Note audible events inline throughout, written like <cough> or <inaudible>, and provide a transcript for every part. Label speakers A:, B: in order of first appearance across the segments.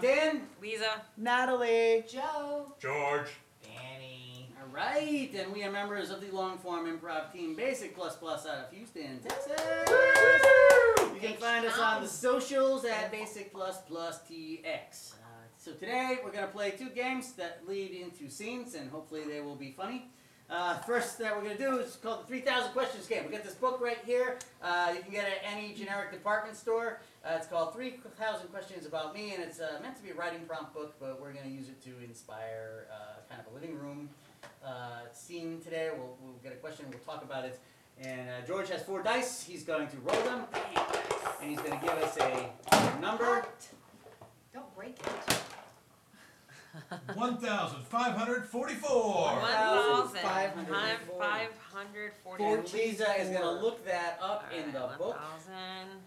A: Dan,
B: Lisa.
C: Natalie.
B: Joe.
D: George.
B: Danny.
A: all right, and we are members of the long form improv team Basic Plus Plus out of Houston, Texas. You can find us on the socials at Basic Plus Plus TX. So today we're gonna play two games that lead into scenes, and hopefully they will be funny. Uh, first that we're gonna do is called the 3,000 Questions game. We got this book right here. Uh, you can get it at any generic department store. Uh, it's called 3,000 Questions About Me, and it's uh, meant to be a writing prompt book, but we're gonna use it to inspire uh, kind of a living room uh, scene today. We'll, we'll get a question. We'll talk about it. And uh, George has four dice. He's going to roll them, and he's gonna give us a number.
B: Don't break it.
D: 1,544.
A: 1,544.
B: 1,544.
A: And Lisa is gonna look that up
B: Alright,
A: in the book.
B: 1,000.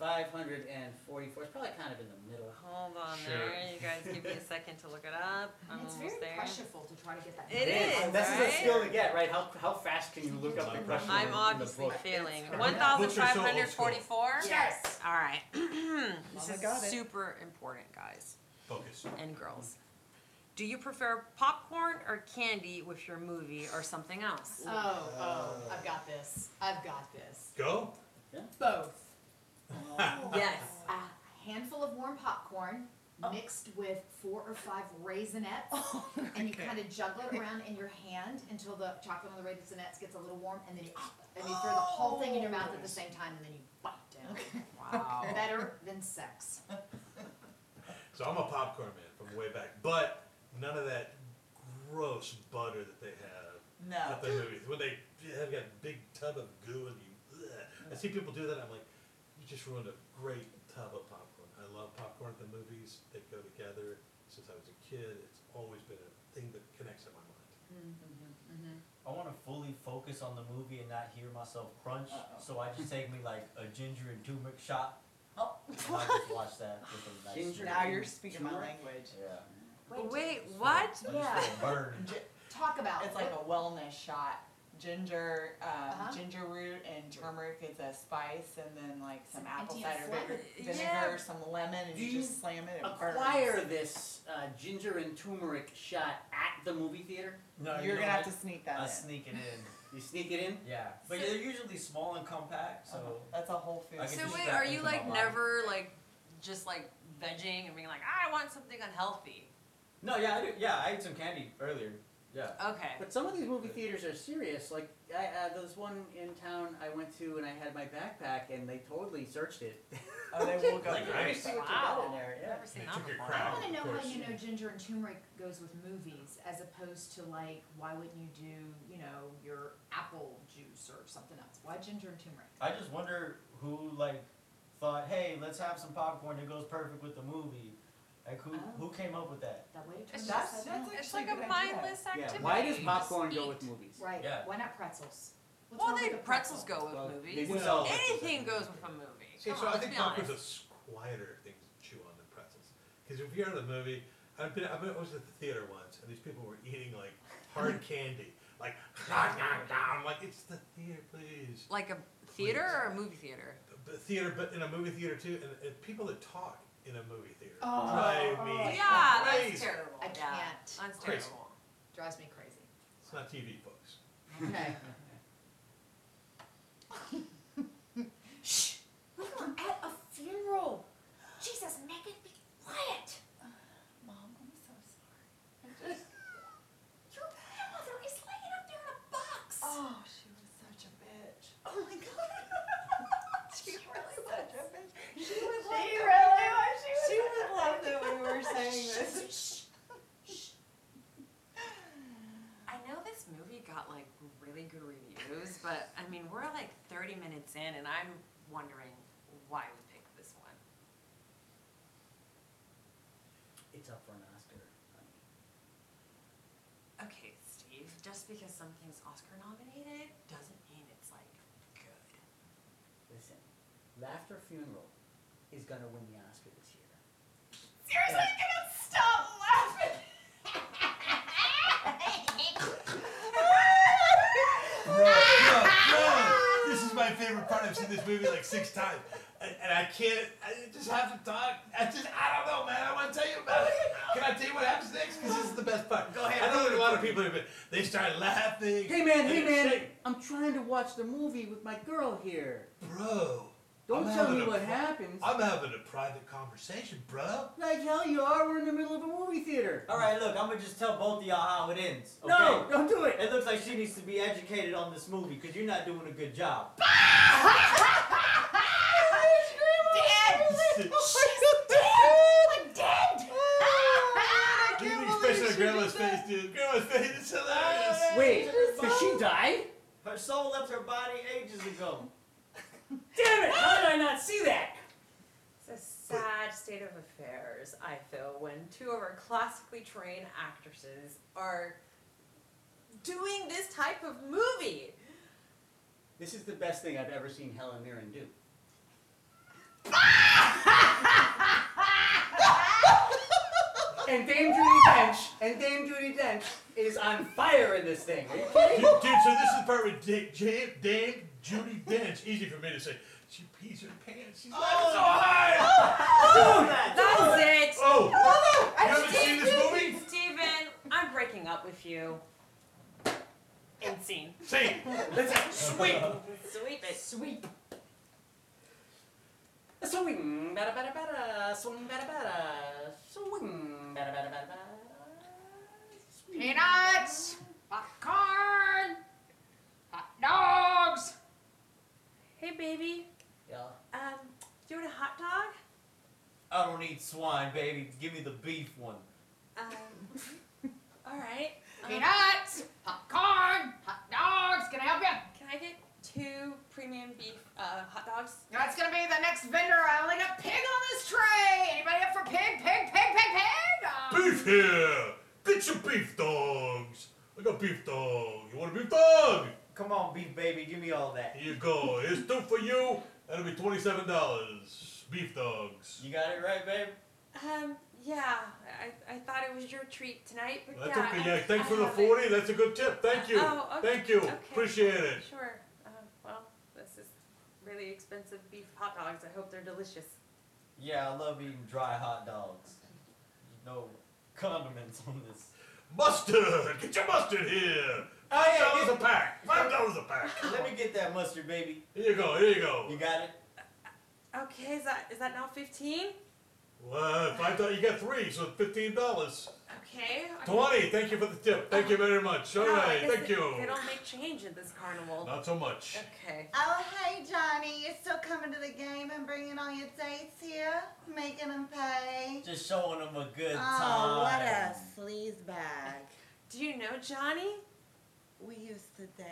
A: 544. It's probably kind of in the middle.
B: Hold on
D: Sure.
B: there. You guys give me a second to look it up. I'm
E: It's
B: almost
E: very
B: there.
E: pressureful to try to get that.
B: It
A: This-
B: is,
A: This
B: right?
A: is a skill to get, right? How, how fast can you look up the question in,
B: I'm
A: in the
B: obviously
A: book?
B: failing.
E: It's-
B: One thousand five hundred forty-four?
E: Yes.
B: All right. <clears throat> This
C: Mama got
B: is
C: it.
B: super important, guys
D: Focus.
B: and girls. Do you prefer popcorn or candy with your movie or something else?
E: Oh, oh, I've got this. I've got this.
D: Go.
E: Both.
B: Yes.
E: A handful of warm popcorn mixed with four or five raisinettes, and you kind of juggle it around in your hand until the chocolate on the raisinettes gets a little warm, and then you and you throw the whole thing in your mouth at the same time, and then you bite down.
B: Wow.
E: Better than sex.
D: So I'm a popcorn man from way back, but none of that gross butter that they have
C: No.
F: <laughs>
D: at the movies. When they have got a big tub of goo and you, ugh. I see people do that. I'm like, you just ruined a great tub of popcorn. I love popcorn at the movies. They go together. Since I was a kid, it's always been a thing that connects in my mind.
G: I want to fully focus on the movie and not hear myself crunch, so I just take me like a ginger and turmeric shot.
F: <laughs>
C: Oh.
G: And I just watch that with a nice
A: Ginger.
C: Now you're speaking my
A: Turmeric.
C: language.
G: Yeah.
B: Wait, what?
G: I just
E: Yeah.
G: feel Burn.
E: Talk about
F: It's like
E: what-
F: a wellness shot. Ginger, um,
E: Uh-huh.
F: ginger root and turmeric is a spice, and then like some,
E: Some
F: apple cider vinegar,
E: anti-inflammatory.
F: vinegar
B: Yeah.
F: some lemon, and
A: Do
F: you,
A: you
F: just slam it.
B: <laughs>
F: It
A: Acquire
F: burns.
A: this uh, ginger and turmeric shot at the movie theater.
G: No, you
F: You're
G: know
F: gonna have
G: what?
F: to sneak that
G: I
F: in.
G: sneak
F: <laughs>
G: it in.
A: You sneak it in.
G: Yeah, but
B: So-
G: they're usually small and compact, so.
F: Uh-huh. That's a whole food.
G: I can
B: So
G: just
B: wait,
G: back
B: are
G: into
B: you
G: my
B: like
G: body.
B: never like just like vegging and being like, I want something unhealthy?
G: No, yeah, I do. Yeah, I ate some candy earlier. Yeah.
B: Okay.
A: But some of these movie theaters are serious. Like I, uh, there's one in town I went to, and I had my backpack, and they totally searched it. <laughs>
F: Oh, they will go
D: Like,
F: through
D: I
F: it.
D: see
A: what you got in
B: Wow.
A: there, yeah.
B: Never seen
D: They
B: that
D: took your
B: before.
D: crown.
E: I want to know how
D: Oh, course.
E: you know ginger and turmeric goes with movies as opposed to like why wouldn't you do you know your apple juice or something else? Why ginger and turmeric?
G: I just wonder who like thought, hey, let's have some popcorn. It goes perfect with the movie. Like who
F: Oh.
G: who came up with that?
E: That way it
B: It's
E: turns
F: That's-
E: out.
F: that's
B: It's
F: actually
B: like a
F: good idea.
B: mindless
A: yeah.
B: activity.
A: Why does
B: You just
A: popcorn go
B: eat.
A: with movies?
E: right.
G: Yeah.
E: Why not pretzels? What's
B: Well,
E: wrong
B: they
E: with a
B: pretzels
E: pretzel?
B: go with
A: Well, they
B: movies.
A: do
G: Well,
A: sell
B: Anything goes with a movie.
D: See,
B: Come
D: so
B: on,
D: I
B: let's
D: think
B: be honest.
D: popcorn's a s- quieter thing to chew on than pretzels. Because if you're at a movie, I've been, I've been, I was at the theater once, and these people were eating like hard
B: <laughs>
D: candy, like "Nah, nah, nah." I'm like, it's the theater, please.
B: Like a theater or a movie theater?
D: The theater, but in a movie theater too, and, and people that talk in a movie theater
E: Oh.
D: drive
E: Oh.
D: me
B: Yeah,
D: crazy.
B: that's terrible.
E: I
B: Yeah,
E: can't.
B: That's
D: Crazy.
B: terrible.
E: Drives me crazy.
D: It's not TV, folks.
E: <laughs> Okay. Shh. We were at a funeral. Jesus, Megan, be quiet.
F: Mom, I'm so sorry.
E: <laughs> Your grandmother is laying up there in a box.
F: Oh, she was such a bitch.
E: Oh my god.
F: <laughs> She was such a bitch. She
E: She
F: would love
E: really
F: that
E: was.
F: we- She would love that we <laughs> were saying this.
B: I know this movie got like really good reviews, but I mean, we're like 30 minutes in and I'm wondering why we picked this one.
A: It's up for an Oscar.
B: Okay, Steve, just because something's Oscar nominated doesn't mean it's like good.
A: Listen, Laughter Funeral is gonna win the Oscar this year.
E: Seriously, I cannot stop laughing.
D: Bro, bro, bro. This is my favorite part. I've seen this movie like six times. And, and I can't. I just have to talk. I just I don't know, man. I want to tell you about it. Can I tell you what happens next? Because this is the best part.
A: Go ahead,
D: I know
A: read
D: that
A: it
D: a lot
A: for
D: of
A: me.
D: people, but they start laughing.
A: Hey man, hey
D: and
A: man,
D: shit.
A: I'm trying to watch the movie with my girl here.
D: bro.
A: Don't
D: I'm
A: tell
D: having
A: me
D: a
A: what
D: pro-
A: happens.
D: I'm having a private conversation, bro.
A: Like hell you are, we're in the middle of a movie theater.
G: All right, look, I'm gonna just tell both of y'all how it ends. Okay?
A: No, don't do it.
G: <laughs> It looks like she needs to be educated on this movie because you're not doing a good job.
E: Dead! She's dead! Dead! I
D: Look
E: can't
D: at the
E: believe
D: expression
E: she did
D: on Grandma's
E: that.
D: face, dude. Grandma's face is hilarious.
A: Wait, did she die?
G: Her soul left her body ages ago.
A: Damn it! How did I not see that?
B: It's a sad state of affairs, I feel, when two of our classically trained actresses are doing this type of movie.
A: This is the best thing I've ever seen Helen Mirren do. and Dame Judy Dench, and Dame Judy Dench is on fire in this thing. Are you kidding?
D: dude, dude, so this is the part where Dick, Jam, Dame, Judy Dench, easy for me to say, she pees her pants. She's laughing so
B: Oh.
D: hard.
B: That's it!
D: Oh, you
E: I
D: haven't seen this movie?
B: Steven, I'm breaking up with you. End scene.
D: See,
A: Let's sweep.
B: Sweep it.
E: Sweep.
A: Swing, bada bada bada, swing, bada bada, swing, bada bada bada bada.
E: Peanuts! Popcorn! Hot dogs!
B: Hey, baby.
A: Yeah.
B: Um, do you want a hot dog?
G: I don't eat swine, baby. Give me the beef one.
B: Um, all right.
E: Uh-huh.
B: Um,
E: Peanuts! Popcorn! Hot dogs! Can I help you?
B: can I get two premium beef uh, hot dogs?
E: That's gonna be the next vendor. I only got pig on this tray. Anybody up for pig? Pig, pig, pig, pig! Uh,
D: beef here. Get your beef dogs. I got beef dog. You want a beef dog?
G: Come on, beef baby. Give me all that.
D: Here you go. Here's two for you. That'll be twenty-seven dollars. Beef dogs.
G: You got it right, babe?
B: Um, yeah, I, I thought it was your treat tonight, but
D: That's
B: yeah,
D: okay.
B: I-
D: Yeah, thanks
B: I
D: for the
B: have it.
D: forty. That's a good tip. Thank you.
B: Oh, okay,
D: Thank you.
B: okay.
D: Appreciate it.
B: Sure. Uh, well, this is really expensive beef hot dogs. I hope they're delicious.
G: Yeah, I love eating dry hot dogs. No condiments on this.
D: Mustard! Get your mustard here!
G: Oh,
D: Five
G: yeah,
D: dollars
G: get-
D: a pack! Five dollars a pack!
G: Let me get that mustard, baby.
D: Here you go, here you go.
G: You got it?
B: Okay, is that is that now fifteen?
D: What? Five dollars, you got three, so fifteen dollars.
B: Okay. I-
D: Twenty, thank you for the tip. Thank you very much.
B: No, I
D: Alright,
B: guess
D: thank
B: they,
D: you.
B: They don't make change at this carnival.
D: Not so much.
B: Okay.
C: Oh, hey, Johnny, you're still coming to the game and bringing all your dates here? Making them pay?
G: Just showing them a good time.
C: Oh, what a sleazebag.
B: Do you know Johnny?
C: We used to
G: <gasps>
C: date.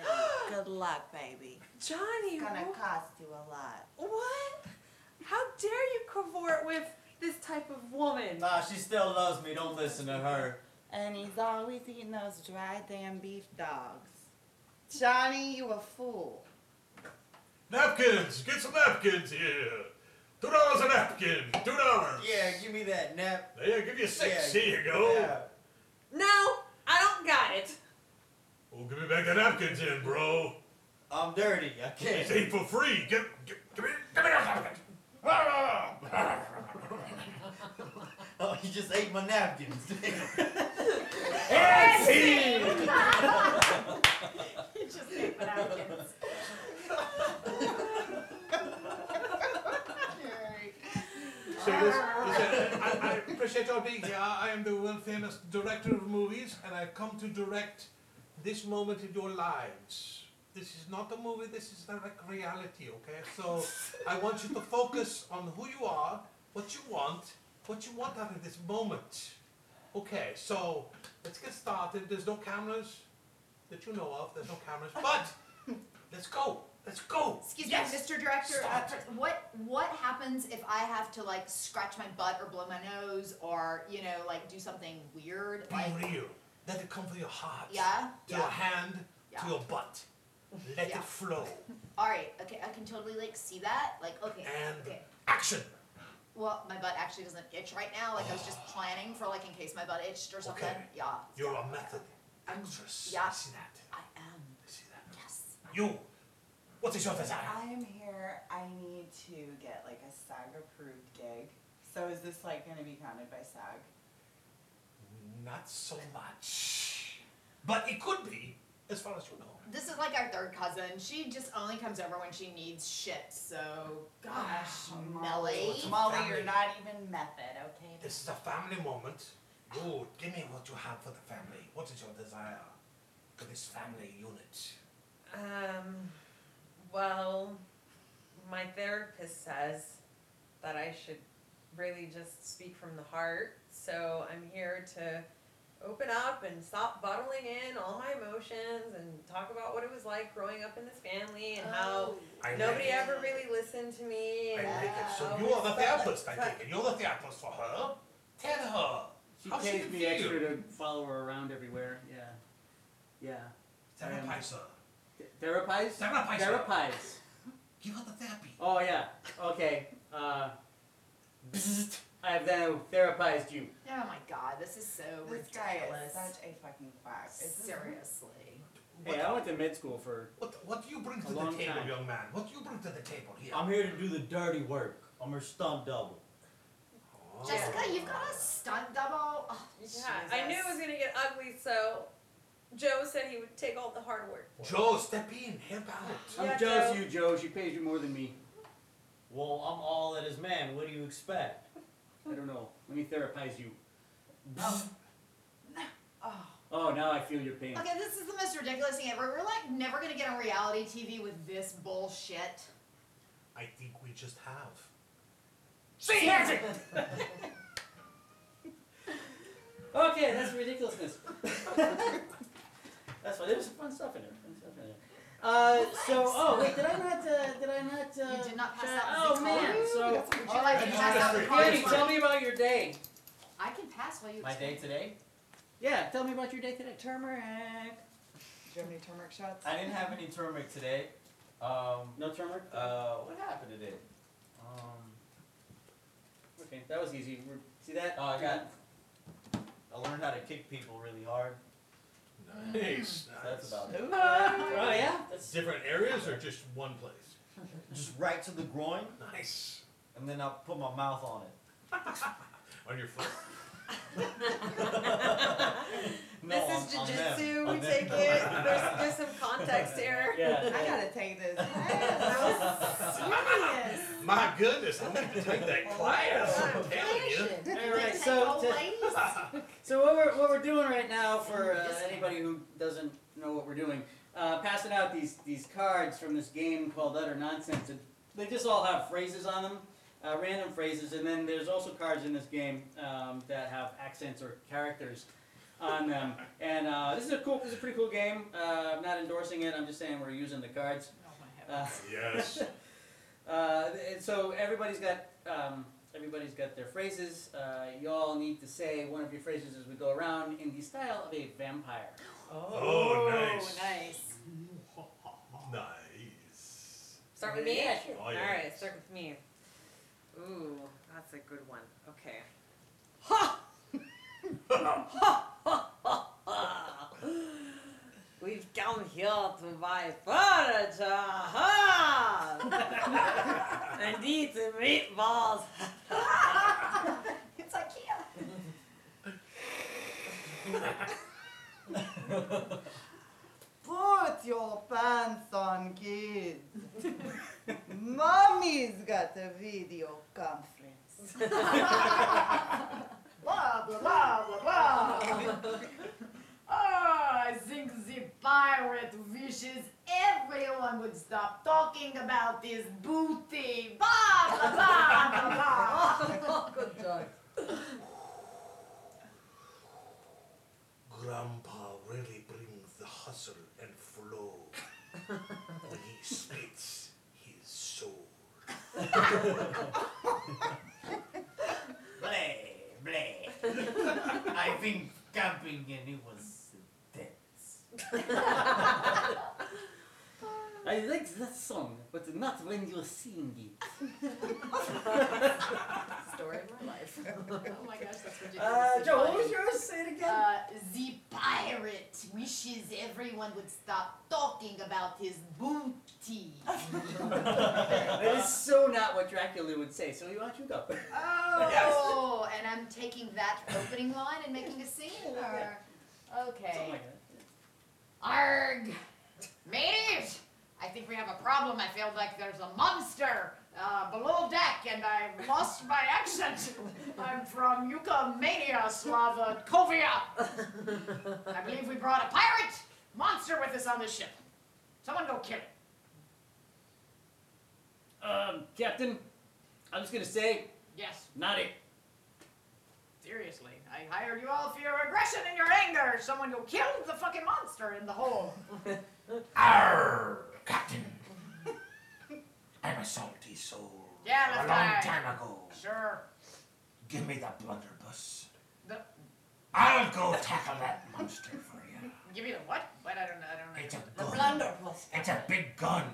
C: Good luck, baby.
B: Johnny.
C: It's gonna
B: wh-
C: cost you a lot.
B: what? How dare you cavort with this type of woman?
G: Nah, she still loves me. Don't listen to her.
C: And he's always eating those dry damn beef dogs. Johnny, you a
G: <laughs>
C: fool.
D: Napkins! Get some napkins here! Two dollars a napkin! Two dollars!
G: Yeah, give me that nap.
D: There, I'll give you six.
G: Yeah,
D: here you go.
G: Yeah.
B: No, I don't got it.
D: Oh, give me back the napkins in, bro.
G: I'm dirty. I
D: It's
G: can't.
D: eight for free. Get, get, give me, Ah! give me those napkins.
G: <laughs> Oh, you just ate my napkins.
D: And scene!
E: you just ate the napkins.
D: So this, this- I,
E: <laughs>
D: I appreciate y'all being here. I am the world famous director of movies, and I've come to direct this moment in your lives. This is not a movie. This is direct reality. Okay, so I want you to focus on who you are, what you want, what you want out of this moment. Okay, so let's get started. There's no cameras that you know of. There's no cameras, but let's go. Let's go.
E: Excuse
D: yes.
E: me, Mr. Director. Uh,
D: Stop.
E: pr- what what happens if I have to like scratch my butt or blow my nose or you know like do something weird? Like
D: Be real. Let it come from your heart.
E: yeah,
D: to your
E: yeah.
D: hand,
E: Yeah.
D: to your butt. Let
E: Yeah.
D: it flow.
E: All right, okay, I can totally like see that. Like okay,
D: And-
E: okay.
D: Action.
E: Well, my butt actually doesn't itch right now. Like I was
F: <sighs>
E: just planning for like in case my butt itched or something.
D: Okay.
E: Yeah.
D: You're a method actress.
E: Yeah.
D: I see that.
E: I am.
D: I see that.
E: Yes.
D: You
G: What's your short
F: I am here. I need to get like a SAG approved gig. So is this like going to be counted by SAG?
D: Not so much, but it could be, as far as you know.
E: This is like our third cousin. She just only comes over when she needs shit. So,
F: <sighs>
E: gosh, Melly.
D: It's a
F: Molly,
D: family.
F: you're not even method, okay?
D: This is a family moment. Lord, give me what you have for the family. What is your desire for this family unit?
B: Um, well, my therapist says that I should really just speak from the heart. So I'm here to open up and stop bottling in all my emotions and talk about what it was like growing up in this family and
E: Oh.
B: how
F: Oh.
D: I
B: nobody
D: like it.
B: ever really listened to me.
D: I
B: and
D: like it. So
B: how
D: you are
B: I
D: the
B: felt-
D: therapist, I
B: felt-
D: think. You're the therapist for her. Tell her.
A: She
D: How's she
A: pays me
D: feel?
A: extra to follow her around everywhere. Yeah. Yeah. I am-
D: Therapize her.
A: Th- Therapize?
D: Therapize her.
A: Therapize.
D: Give her the therapy.
A: Oh, yeah. Okay. Uh, I've now therapized you.
E: Oh my god, this is so
F: This guy is
E: ridiculous.
F: such a fucking quack. Is this-
E: Seriously.
D: What,
A: Hey, I went to med school for
D: what, what do you bring
A: A
D: to the
A: long
D: table,
A: time.
D: young man? What do you bring to the table here?
G: I'm here to do the dirty work. I'm her stunt double.
D: Oh.
E: Jessica, you've got a stunt double. Oh,
B: Yeah, I knew it was gonna get ugly, so Joe said he would take all the hard work.
D: Joe, step in. Help out.
A: I'm
B: Yeah,
A: jealous of
B: Joe.
A: you, Joe. She pays you more than me.
G: Well, I'm all that is man. What do you expect?
A: I don't know. Let me therapize you.
F: Oh.
A: Oh, now I feel your pain.
E: Okay, this is the most ridiculous thing ever. We're like never gonna get on reality TV with this bullshit.
D: I think we just have.
A: She has it! okay, that's <laughs> ridiculousness. that's why there's some fun stuff in there. Fun stuff in there. Uh, so, oh wait, did I not? Uh, did I not? Uh,
E: You did not pass
A: shout-
E: out
A: Oh
E: the
A: man,
E: card.
A: so
E: Would
F: oh,
E: you like to
D: I
E: pass out the
D: just-
E: card?
A: Danny, tell me about your day.
E: I can pass while you.
G: My
E: explain.
G: day today?
A: Yeah, tell me about your day today.
F: Turmeric. Do you have any turmeric <laughs> shots?
G: I didn't have any turmeric today. Um,
A: No turmeric.
G: uh, what happened today? Um,
A: Okay, that was easy. We're- See that?
G: Oh, I got- I learned how to kick people really hard.
D: Nice.
G: So that's about it.
A: Oh yeah. <laughs>
D: That's different areas or just one place?
G: Just right to the groin,
D: Nice.
G: and then I'll put my mouth on it.
D: On your foot.
G: No,
B: This is
G: on, on them.
B: jujitsu.
G: On
B: We
G: them.
B: take it. <laughs> There's, there's some context here.
A: Yeah.
F: I gotta take <laughs> this.
E: Serious.
D: My goodness, I'm going to take that class. I'm telling you.
A: All
E: They
A: right,
E: take
A: so
E: old
A: to- <laughs>
E: ladies.
A: So what we're what we're doing right now for uh,
E: Yes, ma'am.
A: anybody who doesn't know what we're doing, uh, passing out these these cards from this game called Utter Nonsense. And they just all have phrases on them, uh, random phrases, and then there's also cards in this game um, that have accents or characters on them. And uh, this is a cool, this is a pretty cool game. Uh, I'm not endorsing it. I'm just saying we're using the cards.
E: Oh my heavens.
A: Uh, <laughs>
E: <laughs>
D: Yes.
A: uh, and so everybody's got um, everybody's got their phrases. Uh, you all need to say one of your phrases as we go around in the style of a vampire.
D: Oh, nice.
F: nice.
D: Nice.
B: Start with me?
A: Yeah, sure.
D: Oh,
B: All
D: yeah.
B: right, start with me. Ooh, that's a good one. Okay. Ha!
D: <laughs>
B: ha! Ha! Ha! Ha! Ah. We've come here to buy furniture, <laughs> ha! and eat meatballs.
E: It's IKEA.
F: Put your pants on, kids. <laughs> Mommy's got a video <laughs> conference.
E: Blah blah blah blah blah. oh, I think the pirate wishes everyone would stop talking about this booty. Blah blah blah blah blah.
B: good job.
D: Grandpa really brings the hustle and flow <laughs> when he spits his soul.
G: Bleh,
D: <laughs>
G: bleh. I've been camping and it was intense.
A: All I like that song, but not when you sing
E: <laughs>
A: it.
E: Story of my life. oh my gosh, that's ridiculous.
A: Uh,
E: and
A: Joe, what
E: funny.
A: was yours? Say it again.
E: Uh, the pirate wishes everyone would stop talking about his booty. Uh,
A: <laughs> that is so not what Dracula would say. So why don't you go? <laughs>
E: Oh, and I'm taking that opening line and making a scene, or
A: Something
E: okay.
A: like that.
E: Arg, mateys! I think we have a problem. I feel like there's a monster uh, below deck, and I've lost my accent. I'm from Yucamania, Slavakovia. I believe we brought a pirate monster with us on this ship. Someone go kill it.
A: Um, Captain, I'm just gonna say,
E: Yes,
A: not it.
E: seriously. I hire you all for your aggression and your anger. Someone go kill the fucking monster in the hole.
D: Arr, Captain. I'm a salty soul.
E: Yeah, that's
D: A
E: right.
D: long time ago.
E: Sure.
D: Give me the blunderbuss.
E: The-
D: I'll go tackle that monster for you.
E: Give me the what? What? I don't know. I don't know.
D: It's a
E: the
D: gun.
E: blunderbuss.
D: It's a big gun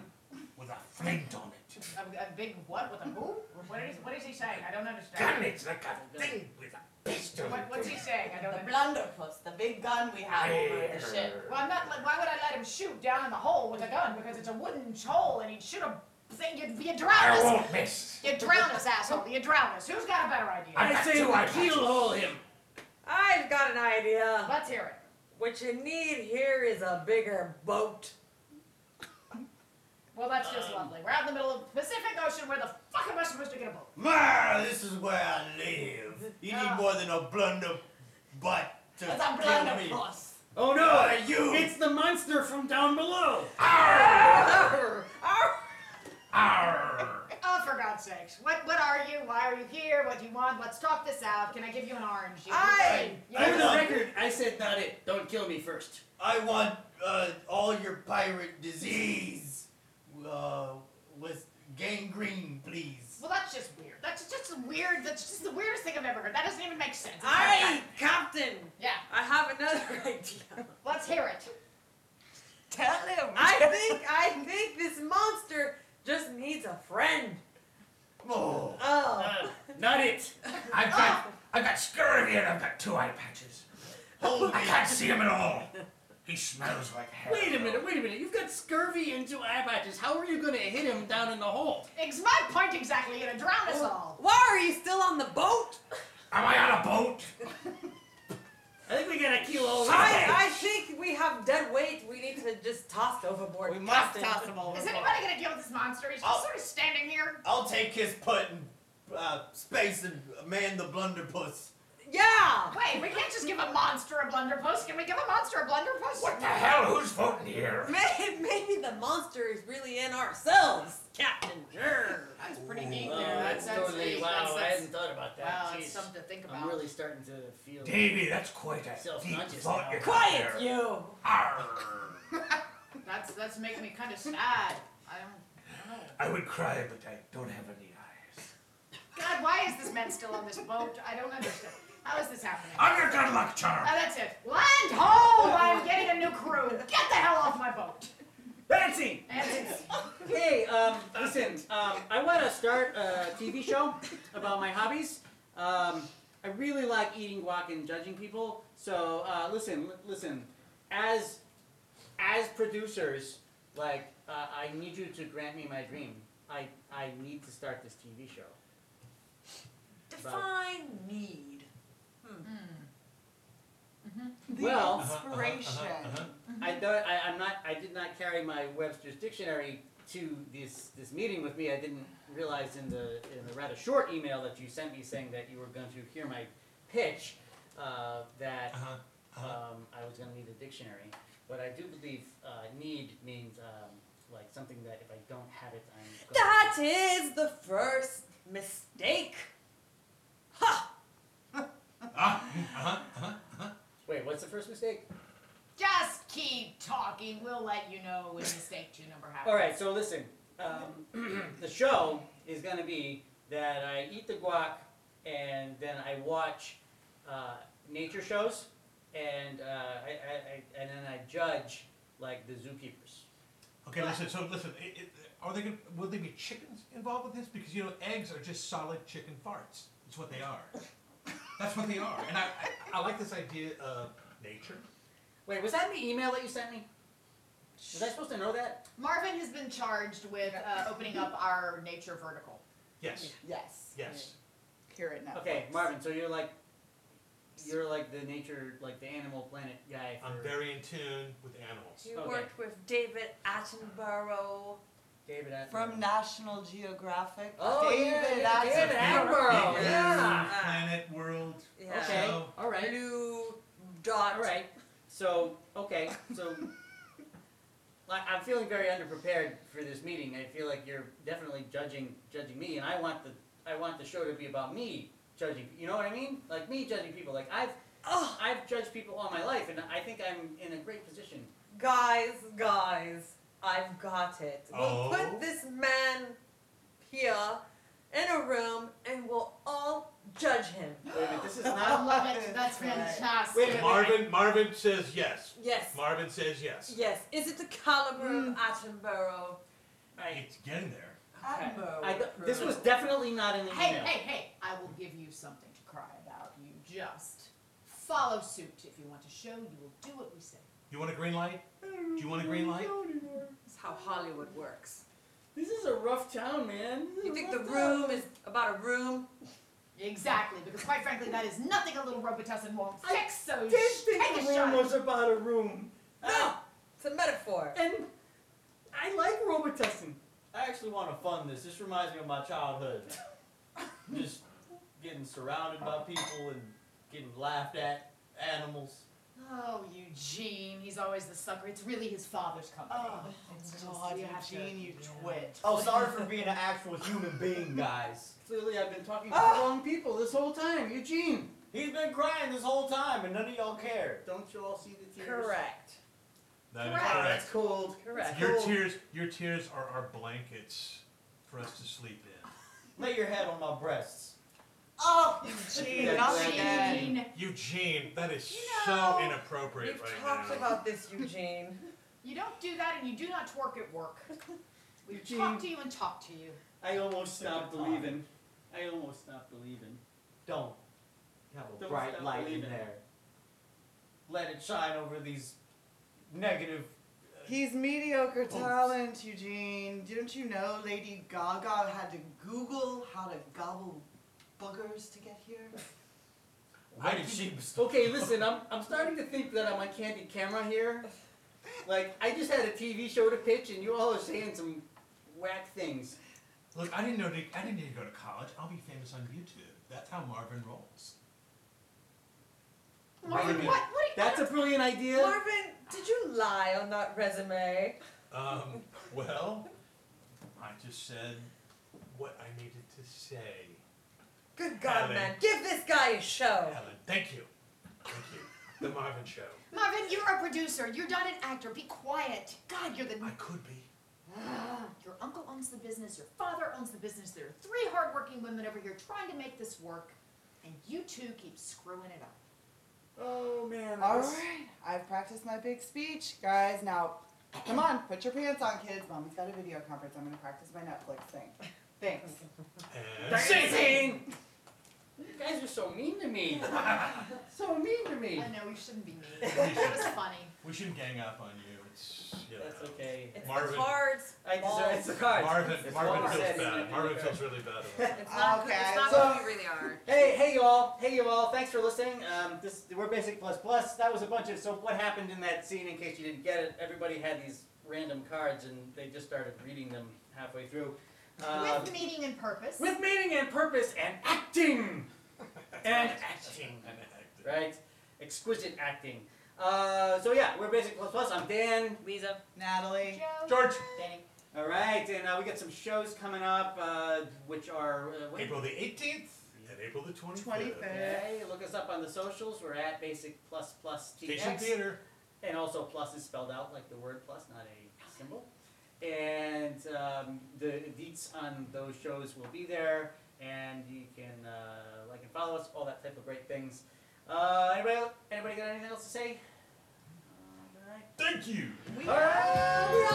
D: with a flint on it.
E: A, a big what with a who? What is what is he saying? I don't
D: Gun,
E: understand.
D: it's like a thing with a pistol.
E: What, what's he saying? I don't
F: The
E: understand.
F: blunderpuss, the big gun we have over the ship.
E: Well, I'm not. Why would I let him shoot down in the hole with a gun? Because it's a wooden hole, and he'd shoot a thing. You'd, you'd drown
D: I
E: us.
D: won't miss.
E: You'd drown us, asshole. You'd drown us. Who's got a better idea?
D: I
A: I
D: got
A: say
D: two
A: we
D: eyelashes.
A: keel haul him.
B: I've got an idea.
E: Let's hear it.
B: What you need here is a bigger boat.
E: Well, that's just lovely. We're out in the middle of the Pacific Ocean. Where the fuck am I supposed to get a boat?
D: <laughs> Ma, this is where I live. You
E: Ah.
D: need more than a blunder butt to
F: It's a
D: kill me.
F: blunderpuss.
A: Oh
D: Uh,
A: no!
D: you!
A: It's the monster from down below.
D: Arr!
E: Oh, for God's sakes! What what are you? Why are you here? What do you want? Let's talk this out. Can I give you an orange? You-
B: I-
E: you-
A: For the
D: not-
A: record, I said not it. Don't kill me first.
D: I want uh, all your pirate disease uh, with gangrene, please.
E: Well, that's just weird. That's just weird. That's just the weirdest thing I've ever heard. That doesn't even make sense.
B: Aye, Captain.
E: Yeah,
B: I have another idea.
E: let's hear it.
F: Tell him. <laughs>
B: I think I think this monster just needs a friend.
D: Oh,
B: Oh.
A: Uh, not it.
D: I've got I've got scurvy and I've got two eye patches. Oh, I can't see him at all. He smells like hell.
A: Wait a minute, wait a minute. You've got scurvy and two eye patches. How are you gonna hit him down in the hole?
E: Ex- my point exactly. You're gonna drown us all.
B: Why are you still on the boat?
D: Am I on a boat?
A: I think we gotta keel haul him.
B: I, I think we have dead weight. We need to just toss overboard.
F: We must
B: Captain.
F: toss him over.
E: Is anybody gonna deal with this monster? He's just
D: I'll-
E: sort of standing here.
D: I'll take his putt and uh, space and man the blunderpuss.
B: Yeah.
E: Wait, we can't just give a monster a blunderbuss. Can we give a monster a blunderbuss?
D: What the hell? Who's voting here?
B: Maybe, maybe the monster is really in ourselves, Captain.
E: That's pretty neat
A: Oh,
E: there. That's,
A: that's
E: that's
A: totally
E: neat.
A: wow.
E: That's,
A: I
E: that's,
A: hadn't thought about that.
E: wow, that's
A: Jeez.
E: something to think about.
A: I'm really starting to feel.
D: Davy, that's quite a deep
A: Self-conscious now.
D: thought you got
B: Quiet,
D: there.
B: you.
D: Arr.
E: That's that's making me kind of sad. I don't.
D: I would cry, but I don't have any eyes.
E: God, why is this man still on this boat? I don't understand. How is this happening?
D: I'm your good luck
E: Oh,
D: charm.
E: that's it. Land ho! I'm getting a new crew. Get the hell off my boat.
A: Fancy!
E: And it's-
A: Hey, um, listen, um, I want to start a TV show about my hobbies. Um, I really like eating guac and judging people. So uh, listen, li- listen, as as producers, like uh, I need you to grant me my dream. I I need to start this TV show.
B: Define need.
F: The
A: Well-
F: inspiration.
A: I don't. I, I'm not. I did not carry my Webster's dictionary to this this meeting with me. I didn't realize in the in the rather short email that you sent me saying that you were going to hear my pitch uh, that
H: Uh-huh, uh-huh.
A: um, I was going to need a dictionary. But I do believe uh, need means um, like something that if I don't have it, I'm. Going
B: That is the first mistake. Ha!
H: Ah, uh-huh, uh-huh, uh-huh.
A: Wait, what's the first mistake?
E: Just keep talking. We'll let you know when mistake two number happens.
A: All right, so listen. Um, <clears throat> the show is going to be that I eat the guac and then I watch uh, nature shows and uh, I, I, I, and then I judge like the zookeepers.
D: Okay,
E: But-
D: listen. So listen, it, it, are they gonna? Will there be chickens involved with this? Because you know, eggs are just solid chicken farts. It's what they are. That's what they are. And I, I, I like this idea of nature.
A: Wait, was that in the email that you sent me? Was I supposed to know that?
E: Marvin has been charged with uh, opening up our nature vertical.
D: Yes.
F: Yes.
D: Yes.
F: Hear it now.
A: Okay, Marvin. So you're like, you're like the nature, like the Animal Planet guy. For
D: I'm very in tune with animals.
I: You
A: Okay.
I: worked with David Attenborough.
A: David Attenborough.
F: From National Geographic.
A: Oh yeah,
F: David
A: yeah,
F: Attenborough.
A: David Attenborough.
D: Big
A: Yeah.
D: Planet world.
I: Yeah.
A: Okay.
D: So-
A: All right.
I: Blue dot.
A: All right. So okay. So
I: <laughs>
A: like, I'm feeling very underprepared for this meeting. I feel like you're definitely judging judging me, and I want the I want the show to be about me judging. You know what I mean? Like me judging people. Like I've
I: Oh,
A: I've judged people all my life, and I think I'm in a great position.
I: guys, guys, I've got it. We'll
D: Oh.
I: put this man here in a room and we'll all judge him.
A: Wait a minute, this is
E: I
A: not.
E: love it. <laughs> That's
F: Right.
E: fantastic.
A: Wait a minute.
D: Marvin. Marvin says yes.
I: Yes.
D: Marvin says yes.
I: Yes. Is it the caliber
A: Hmm.
I: of Attenborough?
A: I,
D: It's getting there.
F: Attenborough.
A: I, this was definitely not in the
E: Hey,
A: email.
E: hey, hey! I will give you something to cry about. You just follow suit. If you want to show, you will do what we say.
D: You want a green light? Do you want a green light?
I: That's how Hollywood works.
A: This is a rough town, man. This is
I: You
A: a
I: think the
A: rough town.
I: room is about a room?
E: Exactly, because quite frankly, that is nothing a little Robitussin won't
A: I
E: fix. So
A: did
E: sh-
A: think
E: take
A: the
E: a
A: room
E: shot.
A: was about a room. Ah,
I: No, it's a metaphor.
A: And I like Robitussin. I actually want to fund this. This reminds me of my childhood. Just getting surrounded by people and getting laughed at, animals.
E: oh, Eugene! He's always the sucker. It's really his father's company.
F: Oh,
E: It's just-
F: God,
E: you have to-
F: Eugene, you
E: yeah.
F: twit.
G: Oh, sorry for being an actual human being, guys.
A: Clearly, I've been talking to the
G: Ah!
A: wrong people this whole time. Eugene,
G: He's been crying this whole time, and none of y'all care.
A: don't you all see the tears? Ah,
I: Correct.
D: That is
E: Correct.
A: That's cold.
I: Correct.
D: Your
A: Cool.
D: tears, your tears are our blankets for us to sleep in.
G: Lay your head on my breasts.
D: <laughs>
F: Oh, Eugene,
A: That's
F: not
A: right.
F: again.
E: Eugene.
D: Eugene, that is
I: You know,
D: so inappropriate
I: We've
D: right
I: talked
D: now.
I: about this,
A: <laughs>
I: Eugene.
E: You don't do that, and you do not twerk at work. We
A: Eugene.
E: talk to you and talk to you.
A: I almost
G: Take your
A: stopped
G: time.
A: believing. I almost stopped believing.
G: Don't have a
A: Don't
G: bright
A: stop
G: light
A: believing.
G: in there. Let it shine over these negative.
F: He's mediocre talent, Eugene. Didn't you know Lady Gaga had to Google how to gobble buggers to get here?
G: Why did she? bestow-
A: Okay, listen, I'm, I'm starting to think that I'm on candid camera here. Like, I just had a TV show to pitch, and you all are saying some whack things.
D: Look, I didn't know. I didn't need to go to college. I'll be famous on YouTube. That's how Marvin rolls.
E: Marvin,
D: Marvin.
E: what? What?
A: That's a brilliant idea.
I: Marvin, did you lie on that resume? <laughs>
D: Um, well, I just said what I needed to say.
I: Good God,
D: Helen.
I: man. Give this guy a show.
D: Helen, thank you, thank you. The Marvin Show.
E: Marvin, you're a producer. You're not an actor. Be quiet. God, you're the.
D: <sighs> I could be.
E: Ah, your uncle owns the business. Your father owns the business. There are three hardworking women over here trying to make this work, and you two keep screwing it up.
A: Oh, man.
F: All
A: this-
F: right, I've practiced my big speech, guys. Now, come on, put your pants on, kids. Mommy's got a video conference. I'm gonna practice my Netflix thing. Thanks.
D: And
A: Dancing! You guys are so mean to me. so mean to me.
E: I know we shouldn't be mean. That was funny.
D: <laughs> we shouldn't gang up on you. It's you know.
A: That's okay.
I: It's
D: Marvin.
I: the cards.
A: I deserve it's the cards.
D: Marvin,
A: It's
D: Marvin
A: all
D: feels
A: said.
D: bad. Marvin feels really bad. About that.
I: It's not,
F: Okay,
I: it's not
A: so-
I: who you really are.
A: Hey, hey, you all. Hey, you all. Thanks for listening. Um, this we're basic plus plus. That was a bunch of. So what happened in that scene? In case you didn't get it, everybody had these random cards and they just started reading them halfway through. Um,
E: With meaning and purpose.
A: with meaning and purpose and acting <laughs> and acting,
D: And acting.
A: right? Exquisite acting. Uh, so yeah, we're basic plus plus. I'm Dan.
I: Lisa.
F: Natalie.
E: Joe.
D: George.
E: Danny.
A: All right, and uh, we got some shows coming up, uh, which are uh, what-
D: April the 18th and April the 25th.
F: 25th.
A: Okay, look us up on the socials. We're at basic plus plus
D: Station
A: TX.
D: Theater.
A: And also plus is spelled out like the word plus, not a symbol. And um, the deets on those shows will be there. And you can uh, like and follow us, all that type of great things. Uh, anybody, anybody got anything else to say?
D: Thank you.
A: All right.